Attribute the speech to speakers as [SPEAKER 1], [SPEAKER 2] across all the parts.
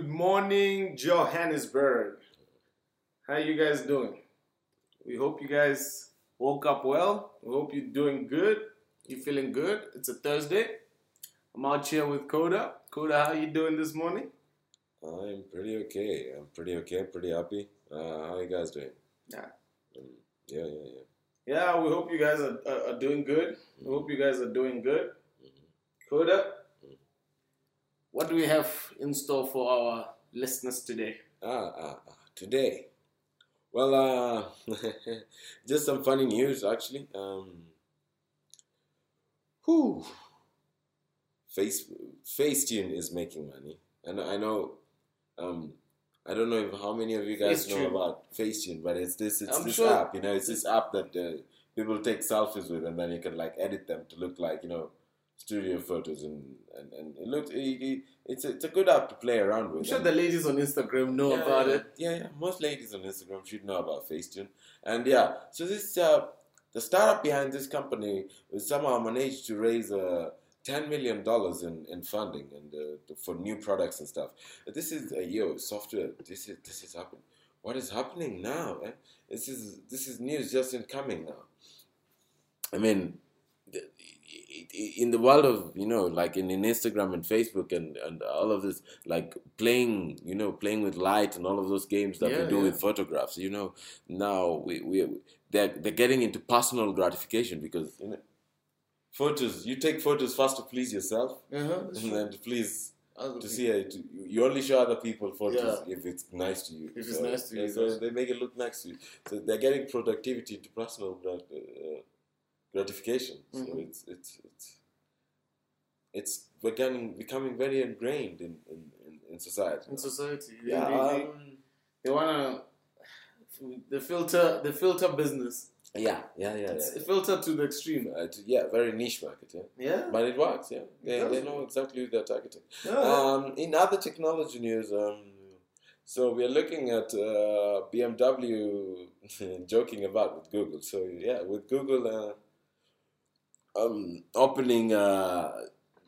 [SPEAKER 1] morning, Johannesburg. How you guys doing? We hope you guys woke up well. We hope you're doing good. You feeling good? It's a Thursday. I'm out here with Koda. Koda, how you doing this morning?
[SPEAKER 2] I'm pretty okay. I'm pretty okay. Pretty happy. Uh, how are you guys doing?
[SPEAKER 1] Yeah.
[SPEAKER 2] Um, yeah, yeah, yeah.
[SPEAKER 1] Yeah, we hope you guys are, are, are doing good. We hope you guys are doing good. Koda, what do we have in store for our listeners today?
[SPEAKER 2] Ah, ah, ah. Today, well, uh, just some funny news actually. Um, whew. Face Facetune is making money, and I know. Um, I don't know if how many of you guys know
[SPEAKER 1] Facetune.
[SPEAKER 2] about Facetune, but it's this it's
[SPEAKER 1] I'm
[SPEAKER 2] this
[SPEAKER 1] sure-
[SPEAKER 2] app. You know, it's this app that uh, people take selfies with, and then you can like edit them to look like you know studio photos, and and, and it looks it, it, it's a, it's a good app to play around with.
[SPEAKER 1] I'm sure
[SPEAKER 2] and-
[SPEAKER 1] the ladies on Instagram know about
[SPEAKER 2] yeah,
[SPEAKER 1] it.
[SPEAKER 2] Yeah, yeah. Most ladies on Instagram should know about Facetune. And yeah, so this uh, the startup behind this company was somehow managed to raise uh, ten million dollars in, in funding and uh, for new products and stuff. But this is a yo software. This is this is happening. What is happening now? eh? This is this is news just incoming now. I mean, the- i- i- in the world of you know, like in, in Instagram and Facebook and, and all of this, like playing, you know, playing with light and all of those games that
[SPEAKER 1] Yeah,
[SPEAKER 2] we do
[SPEAKER 1] yeah.
[SPEAKER 2] with photographs. You know, now we we they're they're getting into personal gratification because you know, photos you take photos first to please yourself
[SPEAKER 1] Uh-huh.
[SPEAKER 2] and then to please
[SPEAKER 1] Other
[SPEAKER 2] to
[SPEAKER 1] people.
[SPEAKER 2] see it. You only show other people photos if it's nice to you.
[SPEAKER 1] If it's nice to you,
[SPEAKER 2] yeah, so
[SPEAKER 1] yes.
[SPEAKER 2] they make it look nice to you. So they're getting productivity to personal grat- uh, gratification. So
[SPEAKER 1] Mhm.
[SPEAKER 2] it's it's it's it's becoming becoming very ingrained in in, in, in society.
[SPEAKER 1] in society. They-
[SPEAKER 2] yeah,
[SPEAKER 1] they, they,
[SPEAKER 2] um,
[SPEAKER 1] they wanna the filter the filter business.
[SPEAKER 2] yeah, yeah, yeah,
[SPEAKER 1] It's
[SPEAKER 2] yeah.
[SPEAKER 1] filter to the extreme.
[SPEAKER 2] Uh, to- yeah, very niche market. Yeah,
[SPEAKER 1] Yeah.
[SPEAKER 2] but it works. Yeah, they,
[SPEAKER 1] does.
[SPEAKER 2] they know exactly who they're targeting.
[SPEAKER 1] Yeah.
[SPEAKER 2] Um, in other technology news, um, so we're looking at uh, BMW joking about with Google. So yeah, with Google uh, um, opening uh,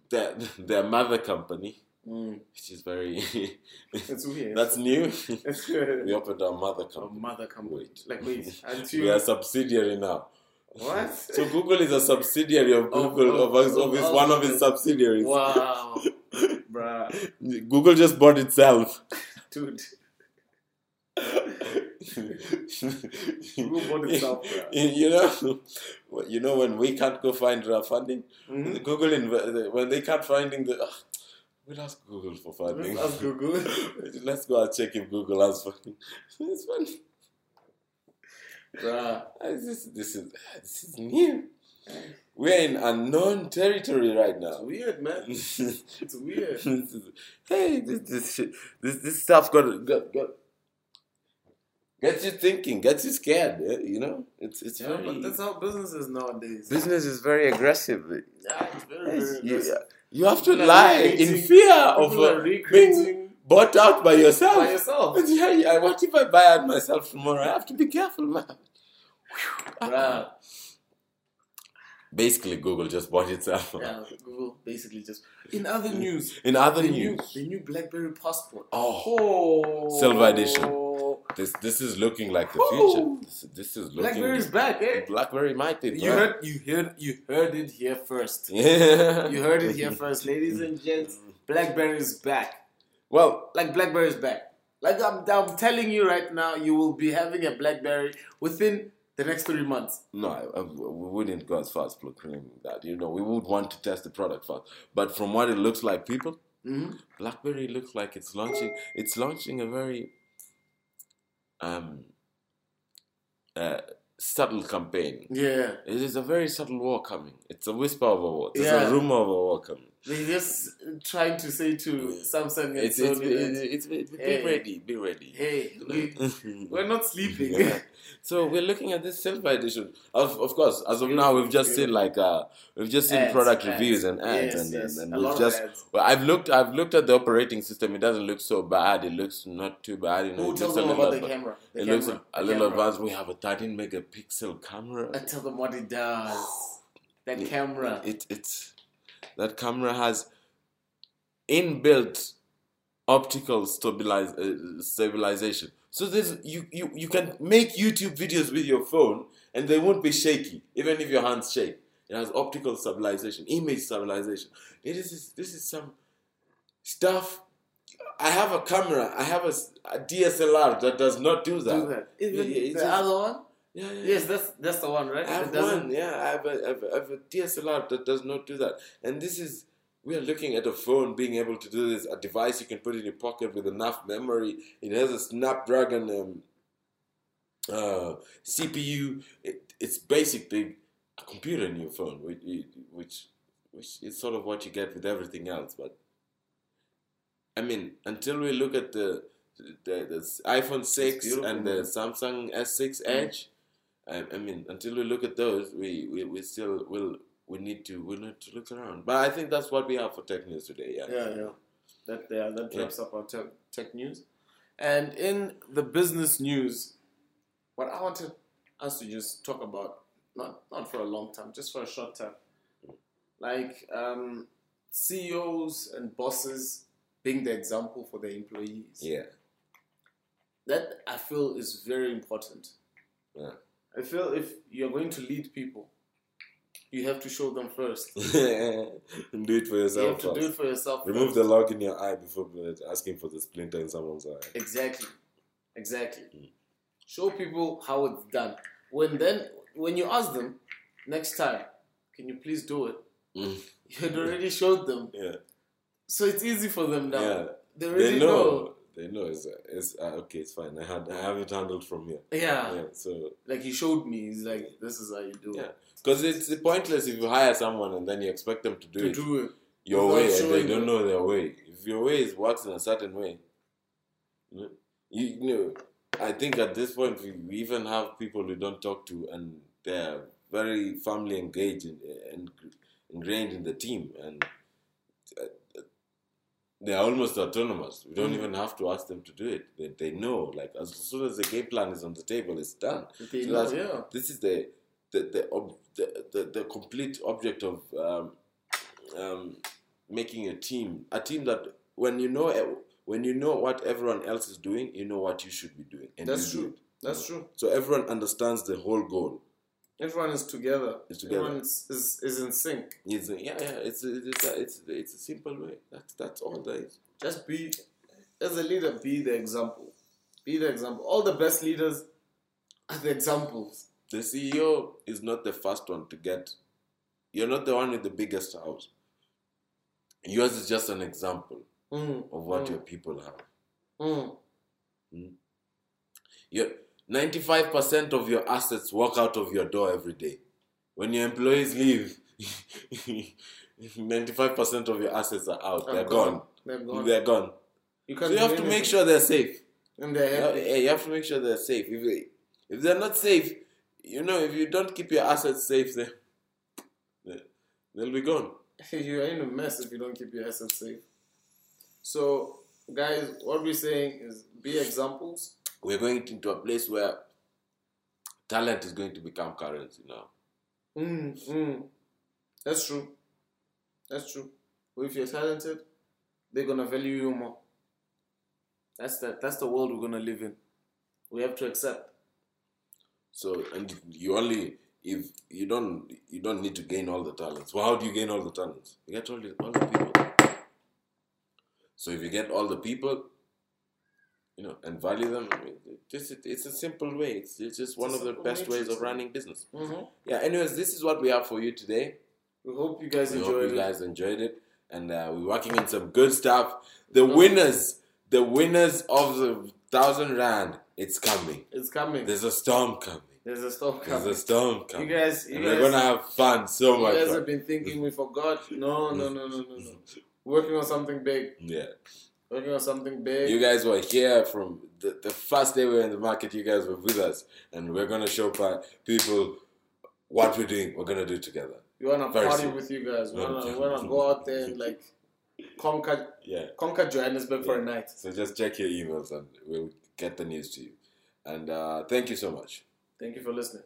[SPEAKER 2] their their mother company,
[SPEAKER 1] Mm.
[SPEAKER 2] which is very
[SPEAKER 1] It's weird.
[SPEAKER 2] that's new.
[SPEAKER 1] it's
[SPEAKER 2] we opened our mother
[SPEAKER 1] Oh,
[SPEAKER 2] company.
[SPEAKER 1] mother come
[SPEAKER 2] Wait.
[SPEAKER 1] Like wait, until
[SPEAKER 2] We are subsidiary now.
[SPEAKER 1] what?
[SPEAKER 2] So Google is a subsidiary of
[SPEAKER 1] Of-
[SPEAKER 2] Google of,
[SPEAKER 1] of-
[SPEAKER 2] of,
[SPEAKER 1] of
[SPEAKER 2] his,
[SPEAKER 1] all
[SPEAKER 2] one
[SPEAKER 1] of
[SPEAKER 2] of his
[SPEAKER 1] it.
[SPEAKER 2] subsidiaries.
[SPEAKER 1] wow, bruh,
[SPEAKER 2] Google just bought itself.
[SPEAKER 1] dude,
[SPEAKER 2] Google
[SPEAKER 1] Google bought itself, bruh.
[SPEAKER 2] You know, well, you know when we can't go find our funding,
[SPEAKER 1] Mhm.
[SPEAKER 2] Google inv- when they can't finding the, ugh, we'll ask Google for funding.
[SPEAKER 1] Let's ask Google.
[SPEAKER 2] Let's go and check if Google has funding. it's funny.
[SPEAKER 1] bruh.
[SPEAKER 2] Ah, This, this is this is new. We're in unknown territory right
[SPEAKER 1] It's
[SPEAKER 2] now.
[SPEAKER 1] weird, man. It's weird.
[SPEAKER 2] this is, hey, this this shit, this this stuff got got got. Gets you thinking, gets you scared. eh, You know, it's it's
[SPEAKER 1] Yeah,
[SPEAKER 2] very.
[SPEAKER 1] but that's how business is nowadays.
[SPEAKER 2] business is very aggressive.
[SPEAKER 1] yeah, it's very, very
[SPEAKER 2] Yes, You,
[SPEAKER 1] aggressive.
[SPEAKER 2] you have to
[SPEAKER 1] People are
[SPEAKER 2] lie in
[SPEAKER 1] recreating-
[SPEAKER 2] fear of
[SPEAKER 1] People
[SPEAKER 2] uh,
[SPEAKER 1] are
[SPEAKER 2] being
[SPEAKER 1] recreating
[SPEAKER 2] bought out by yourself.
[SPEAKER 1] by yourself.
[SPEAKER 2] yeah, yeah, what if I buy out myself tomorrow? I have to be careful, man.
[SPEAKER 1] Bruh.
[SPEAKER 2] Basically, Google just bought itself.
[SPEAKER 1] Yeah, Google basically just. In other news,
[SPEAKER 2] In other
[SPEAKER 1] the new
[SPEAKER 2] news,
[SPEAKER 1] the new BlackBerry passport.
[SPEAKER 2] oh,
[SPEAKER 1] Oh,
[SPEAKER 2] Silver edition. this this is looking like the
[SPEAKER 1] Ooh.
[SPEAKER 2] future. This, this is looking.
[SPEAKER 1] BlackBerry is back, eh?
[SPEAKER 2] Blackberry might be.
[SPEAKER 1] You
[SPEAKER 2] back.
[SPEAKER 1] heard, you heard, you heard it here first.
[SPEAKER 2] Yeah.
[SPEAKER 1] You heard it here first, ladies and gents. BlackBerry is back.
[SPEAKER 2] Well,
[SPEAKER 1] Like BlackBerry is back. Like I'm, I'm telling you right now, you will be having a BlackBerry within the next three months.
[SPEAKER 2] No, I, I- we wouldn't go as far as proclaiming that. You know, we would want to test the product first. But from what it looks like, people,
[SPEAKER 1] Mhm.
[SPEAKER 2] BlackBerry looks like it's launching. It's launching a very um, uh, subtle campaign.
[SPEAKER 1] Yeah,
[SPEAKER 2] It is a very subtle war coming. It's a whisper of a war. It's
[SPEAKER 1] Yeah.
[SPEAKER 2] a rumor of a war coming.
[SPEAKER 1] they're just trying to say to Samsung and
[SPEAKER 2] It's, it's,
[SPEAKER 1] Sony,
[SPEAKER 2] it's,
[SPEAKER 1] that,
[SPEAKER 2] it's, be
[SPEAKER 1] Hey.
[SPEAKER 2] ready. Be ready.
[SPEAKER 1] "Hey, we, we're not sleeping."
[SPEAKER 2] Yeah. So we're looking at this silver edition. Of of course, as of now, we've just seen like uh, we've just seen
[SPEAKER 1] Ads,
[SPEAKER 2] product
[SPEAKER 1] ads.
[SPEAKER 2] reviews and ads,
[SPEAKER 1] Yes,
[SPEAKER 2] and,
[SPEAKER 1] yes,
[SPEAKER 2] and,
[SPEAKER 1] a
[SPEAKER 2] and
[SPEAKER 1] lot of
[SPEAKER 2] we've just.
[SPEAKER 1] ads.
[SPEAKER 2] Well, I've looked. I've looked at the operating system. It doesn't look so bad. It looks not too bad. You know,
[SPEAKER 1] Who
[SPEAKER 2] it
[SPEAKER 1] tells
[SPEAKER 2] looks
[SPEAKER 1] them
[SPEAKER 2] a
[SPEAKER 1] about the
[SPEAKER 2] little adva-
[SPEAKER 1] camera? The
[SPEAKER 2] It
[SPEAKER 1] camera.
[SPEAKER 2] looks a
[SPEAKER 1] the camera.
[SPEAKER 2] little advanced. We have a 13 megapixel camera.
[SPEAKER 1] I tell them what it does. That
[SPEAKER 2] Yeah.
[SPEAKER 1] camera.
[SPEAKER 2] It it's that camera has inbuilt optical stabilize, uh, stabilization. So there's you, you you can make YouTube videos with your phone and they won't be shaky, even if your hands shake. It has optical stabilization, image stabilization. This is this is some stuff. I have a camera. I have a, s- a DSLR that does not do that.
[SPEAKER 1] Do that. Even
[SPEAKER 2] Yeah, it's
[SPEAKER 1] the
[SPEAKER 2] just-
[SPEAKER 1] other one?
[SPEAKER 2] Yeah, yeah, yeah.
[SPEAKER 1] Yes, that's that's the one, right?
[SPEAKER 2] I have
[SPEAKER 1] That doesn't-
[SPEAKER 2] one, yeah. I have, a, I, have a, I have a DSLR that does not do that. And this is, we are looking at a phone being able to do this, a device you can put in your pocket with enough memory. It has a Snapdragon um, uh, CPU. It, it's basically a computer in your phone, which, which, which is sort of what you get with everything else. But I mean, until we look at the the, the s- iPhone 6
[SPEAKER 1] beautiful,
[SPEAKER 2] and the
[SPEAKER 1] man. Mm.
[SPEAKER 2] Samsung S6 Edge, I, I mean, until we look at those, we, we, we still will we need to we need to look around. But I think that's what we have for tech news today. Yeah.
[SPEAKER 1] Yeah, yeah. That yeah, that
[SPEAKER 2] Yeah.
[SPEAKER 1] wraps up our tech, tech news. And in the business news, what I wanted us to just talk about, not not for a long time, just for a short time, like um, CEOs and bosses being the example for their employees.
[SPEAKER 2] Yeah.
[SPEAKER 1] That I feel is very important.
[SPEAKER 2] Yeah.
[SPEAKER 1] I feel if you're going to lead people, you have to show them first.
[SPEAKER 2] And do it for
[SPEAKER 1] You have
[SPEAKER 2] yourself.
[SPEAKER 1] to do
[SPEAKER 2] first.
[SPEAKER 1] it for yourself.
[SPEAKER 2] Remove
[SPEAKER 1] first.
[SPEAKER 2] the log in your eye before uh, asking for the splinter in someone's eye.
[SPEAKER 1] Exactly. Exactly.
[SPEAKER 2] Mm.
[SPEAKER 1] Show people how it's done. When then when you ask them next time, can you please do it?
[SPEAKER 2] Mm.
[SPEAKER 1] You had already showed them.
[SPEAKER 2] Yeah.
[SPEAKER 1] So it's easy for them now.
[SPEAKER 2] Yeah.
[SPEAKER 1] They already
[SPEAKER 2] They
[SPEAKER 1] know.
[SPEAKER 2] know. They know. It's, it's uh, okay. It's fine. I had I have it handled from here.
[SPEAKER 1] Yeah.
[SPEAKER 2] Yeah. So
[SPEAKER 1] Like he showed me, he's like, This is how you do
[SPEAKER 2] Yeah.
[SPEAKER 1] it.
[SPEAKER 2] Because it's pointless if you hire someone and then you expect them to do
[SPEAKER 1] To
[SPEAKER 2] it
[SPEAKER 1] do it.
[SPEAKER 2] your
[SPEAKER 1] without
[SPEAKER 2] way and they
[SPEAKER 1] showing
[SPEAKER 2] don't
[SPEAKER 1] them.
[SPEAKER 2] know their way. If your way is works in a certain way, you know, you, you know I think at this point we, we even have people we don't talk to and they're very firmly engaged and and ingrained in the team and uh, they're almost autonomous. We don't
[SPEAKER 1] Mm.
[SPEAKER 2] even have to ask them to do it. They, they know. Like as soon as the game plan is on the table, it's done.
[SPEAKER 1] They
[SPEAKER 2] So
[SPEAKER 1] know,
[SPEAKER 2] that's-
[SPEAKER 1] yeah.
[SPEAKER 2] This is the the the ob, the, the, the complete object of um, um, making a team. A team that when you know e- when you know what everyone else is doing, you know what you should be doing. And
[SPEAKER 1] That's
[SPEAKER 2] you do
[SPEAKER 1] true.
[SPEAKER 2] it.
[SPEAKER 1] That's true.
[SPEAKER 2] So everyone understands the whole goal.
[SPEAKER 1] Everyone is together.
[SPEAKER 2] It's together.
[SPEAKER 1] Everyone is, is, is in sync.
[SPEAKER 2] It's a, yeah, yeah. It's a, it's a, it's, a, it's a simple way. That's that's all there is.
[SPEAKER 1] Just be as a leader, be the example. Be the example. All the best leaders are the examples.
[SPEAKER 2] The CEO is not the first one to get. You're not the one with the biggest house. Yours is just an example
[SPEAKER 1] Mm,
[SPEAKER 2] of what
[SPEAKER 1] mm,
[SPEAKER 2] your people have.
[SPEAKER 1] mm.
[SPEAKER 2] Your ninety-five percent of your assets walk out of your door every day. When your employees leave, ninety-five percent of your assets are out.
[SPEAKER 1] Are
[SPEAKER 2] They're
[SPEAKER 1] gone.
[SPEAKER 2] gone.
[SPEAKER 1] They're gone.
[SPEAKER 2] They're gone.
[SPEAKER 1] You
[SPEAKER 2] So
[SPEAKER 1] can't
[SPEAKER 2] you
[SPEAKER 1] do
[SPEAKER 2] have to make
[SPEAKER 1] anything.
[SPEAKER 2] sure they're safe.
[SPEAKER 1] And they're
[SPEAKER 2] You have,
[SPEAKER 1] happy.
[SPEAKER 2] yeah, you have to make sure they're safe. If they, if they're not safe, you know, if you don't keep your assets safe, they they- they'll be gone.
[SPEAKER 1] you are in a mess if you don't keep your assets safe. So, guys, what we're saying is be examples.
[SPEAKER 2] We're going into a place where talent is going to become currency now.
[SPEAKER 1] Mm, mm. That's true. That's true. But if you're talented, they're gonna value you more. That's the that's the world we're gonna live in. We have to accept.
[SPEAKER 2] So and you only if you don't you don't need to gain all the talents. Well, how do you gain all the talents? You get all the, all the people. So if you get all the people, you know, and value them, I mean, just it, it's a simple way. It's, it's just one
[SPEAKER 1] a
[SPEAKER 2] of the
[SPEAKER 1] simple
[SPEAKER 2] best ways
[SPEAKER 1] matrix,
[SPEAKER 2] of
[SPEAKER 1] yeah.
[SPEAKER 2] running business.
[SPEAKER 1] Mm-hmm.
[SPEAKER 2] Yeah. Anyways, this is what we have for you today.
[SPEAKER 1] We hope you guys
[SPEAKER 2] We
[SPEAKER 1] enjoyed
[SPEAKER 2] hope you
[SPEAKER 1] it.
[SPEAKER 2] guys enjoyed it, and uh, we're working on some good stuff. The winners, the winners of the thousand rand, it's coming.
[SPEAKER 1] It's coming. There's,
[SPEAKER 2] There's a storm coming.
[SPEAKER 1] a storm
[SPEAKER 2] There's
[SPEAKER 1] coming.
[SPEAKER 2] a storm coming.
[SPEAKER 1] You guys, you
[SPEAKER 2] and
[SPEAKER 1] guys,
[SPEAKER 2] we're gonna have fun so
[SPEAKER 1] you
[SPEAKER 2] much.
[SPEAKER 1] guys
[SPEAKER 2] fun.
[SPEAKER 1] have been thinking we forgot. No, no, no, no, no, no. Working on something big.
[SPEAKER 2] Yeah.
[SPEAKER 1] Working on something big.
[SPEAKER 2] You guys were here from the, the first day we were in the market, you guys were with us. And we're gonna show pa- people what we're doing, we're gonna do it together.
[SPEAKER 1] We wanna
[SPEAKER 2] Very
[SPEAKER 1] party
[SPEAKER 2] soon.
[SPEAKER 1] with you guys. We wanna,
[SPEAKER 2] Very
[SPEAKER 1] we wanna
[SPEAKER 2] soon.
[SPEAKER 1] go out there and like conquer
[SPEAKER 2] Yeah.
[SPEAKER 1] conquer Johannesburg for a night.
[SPEAKER 2] So just check your emails and we'll get the news to you. And uh, thank you so much.
[SPEAKER 1] Thank you for listening.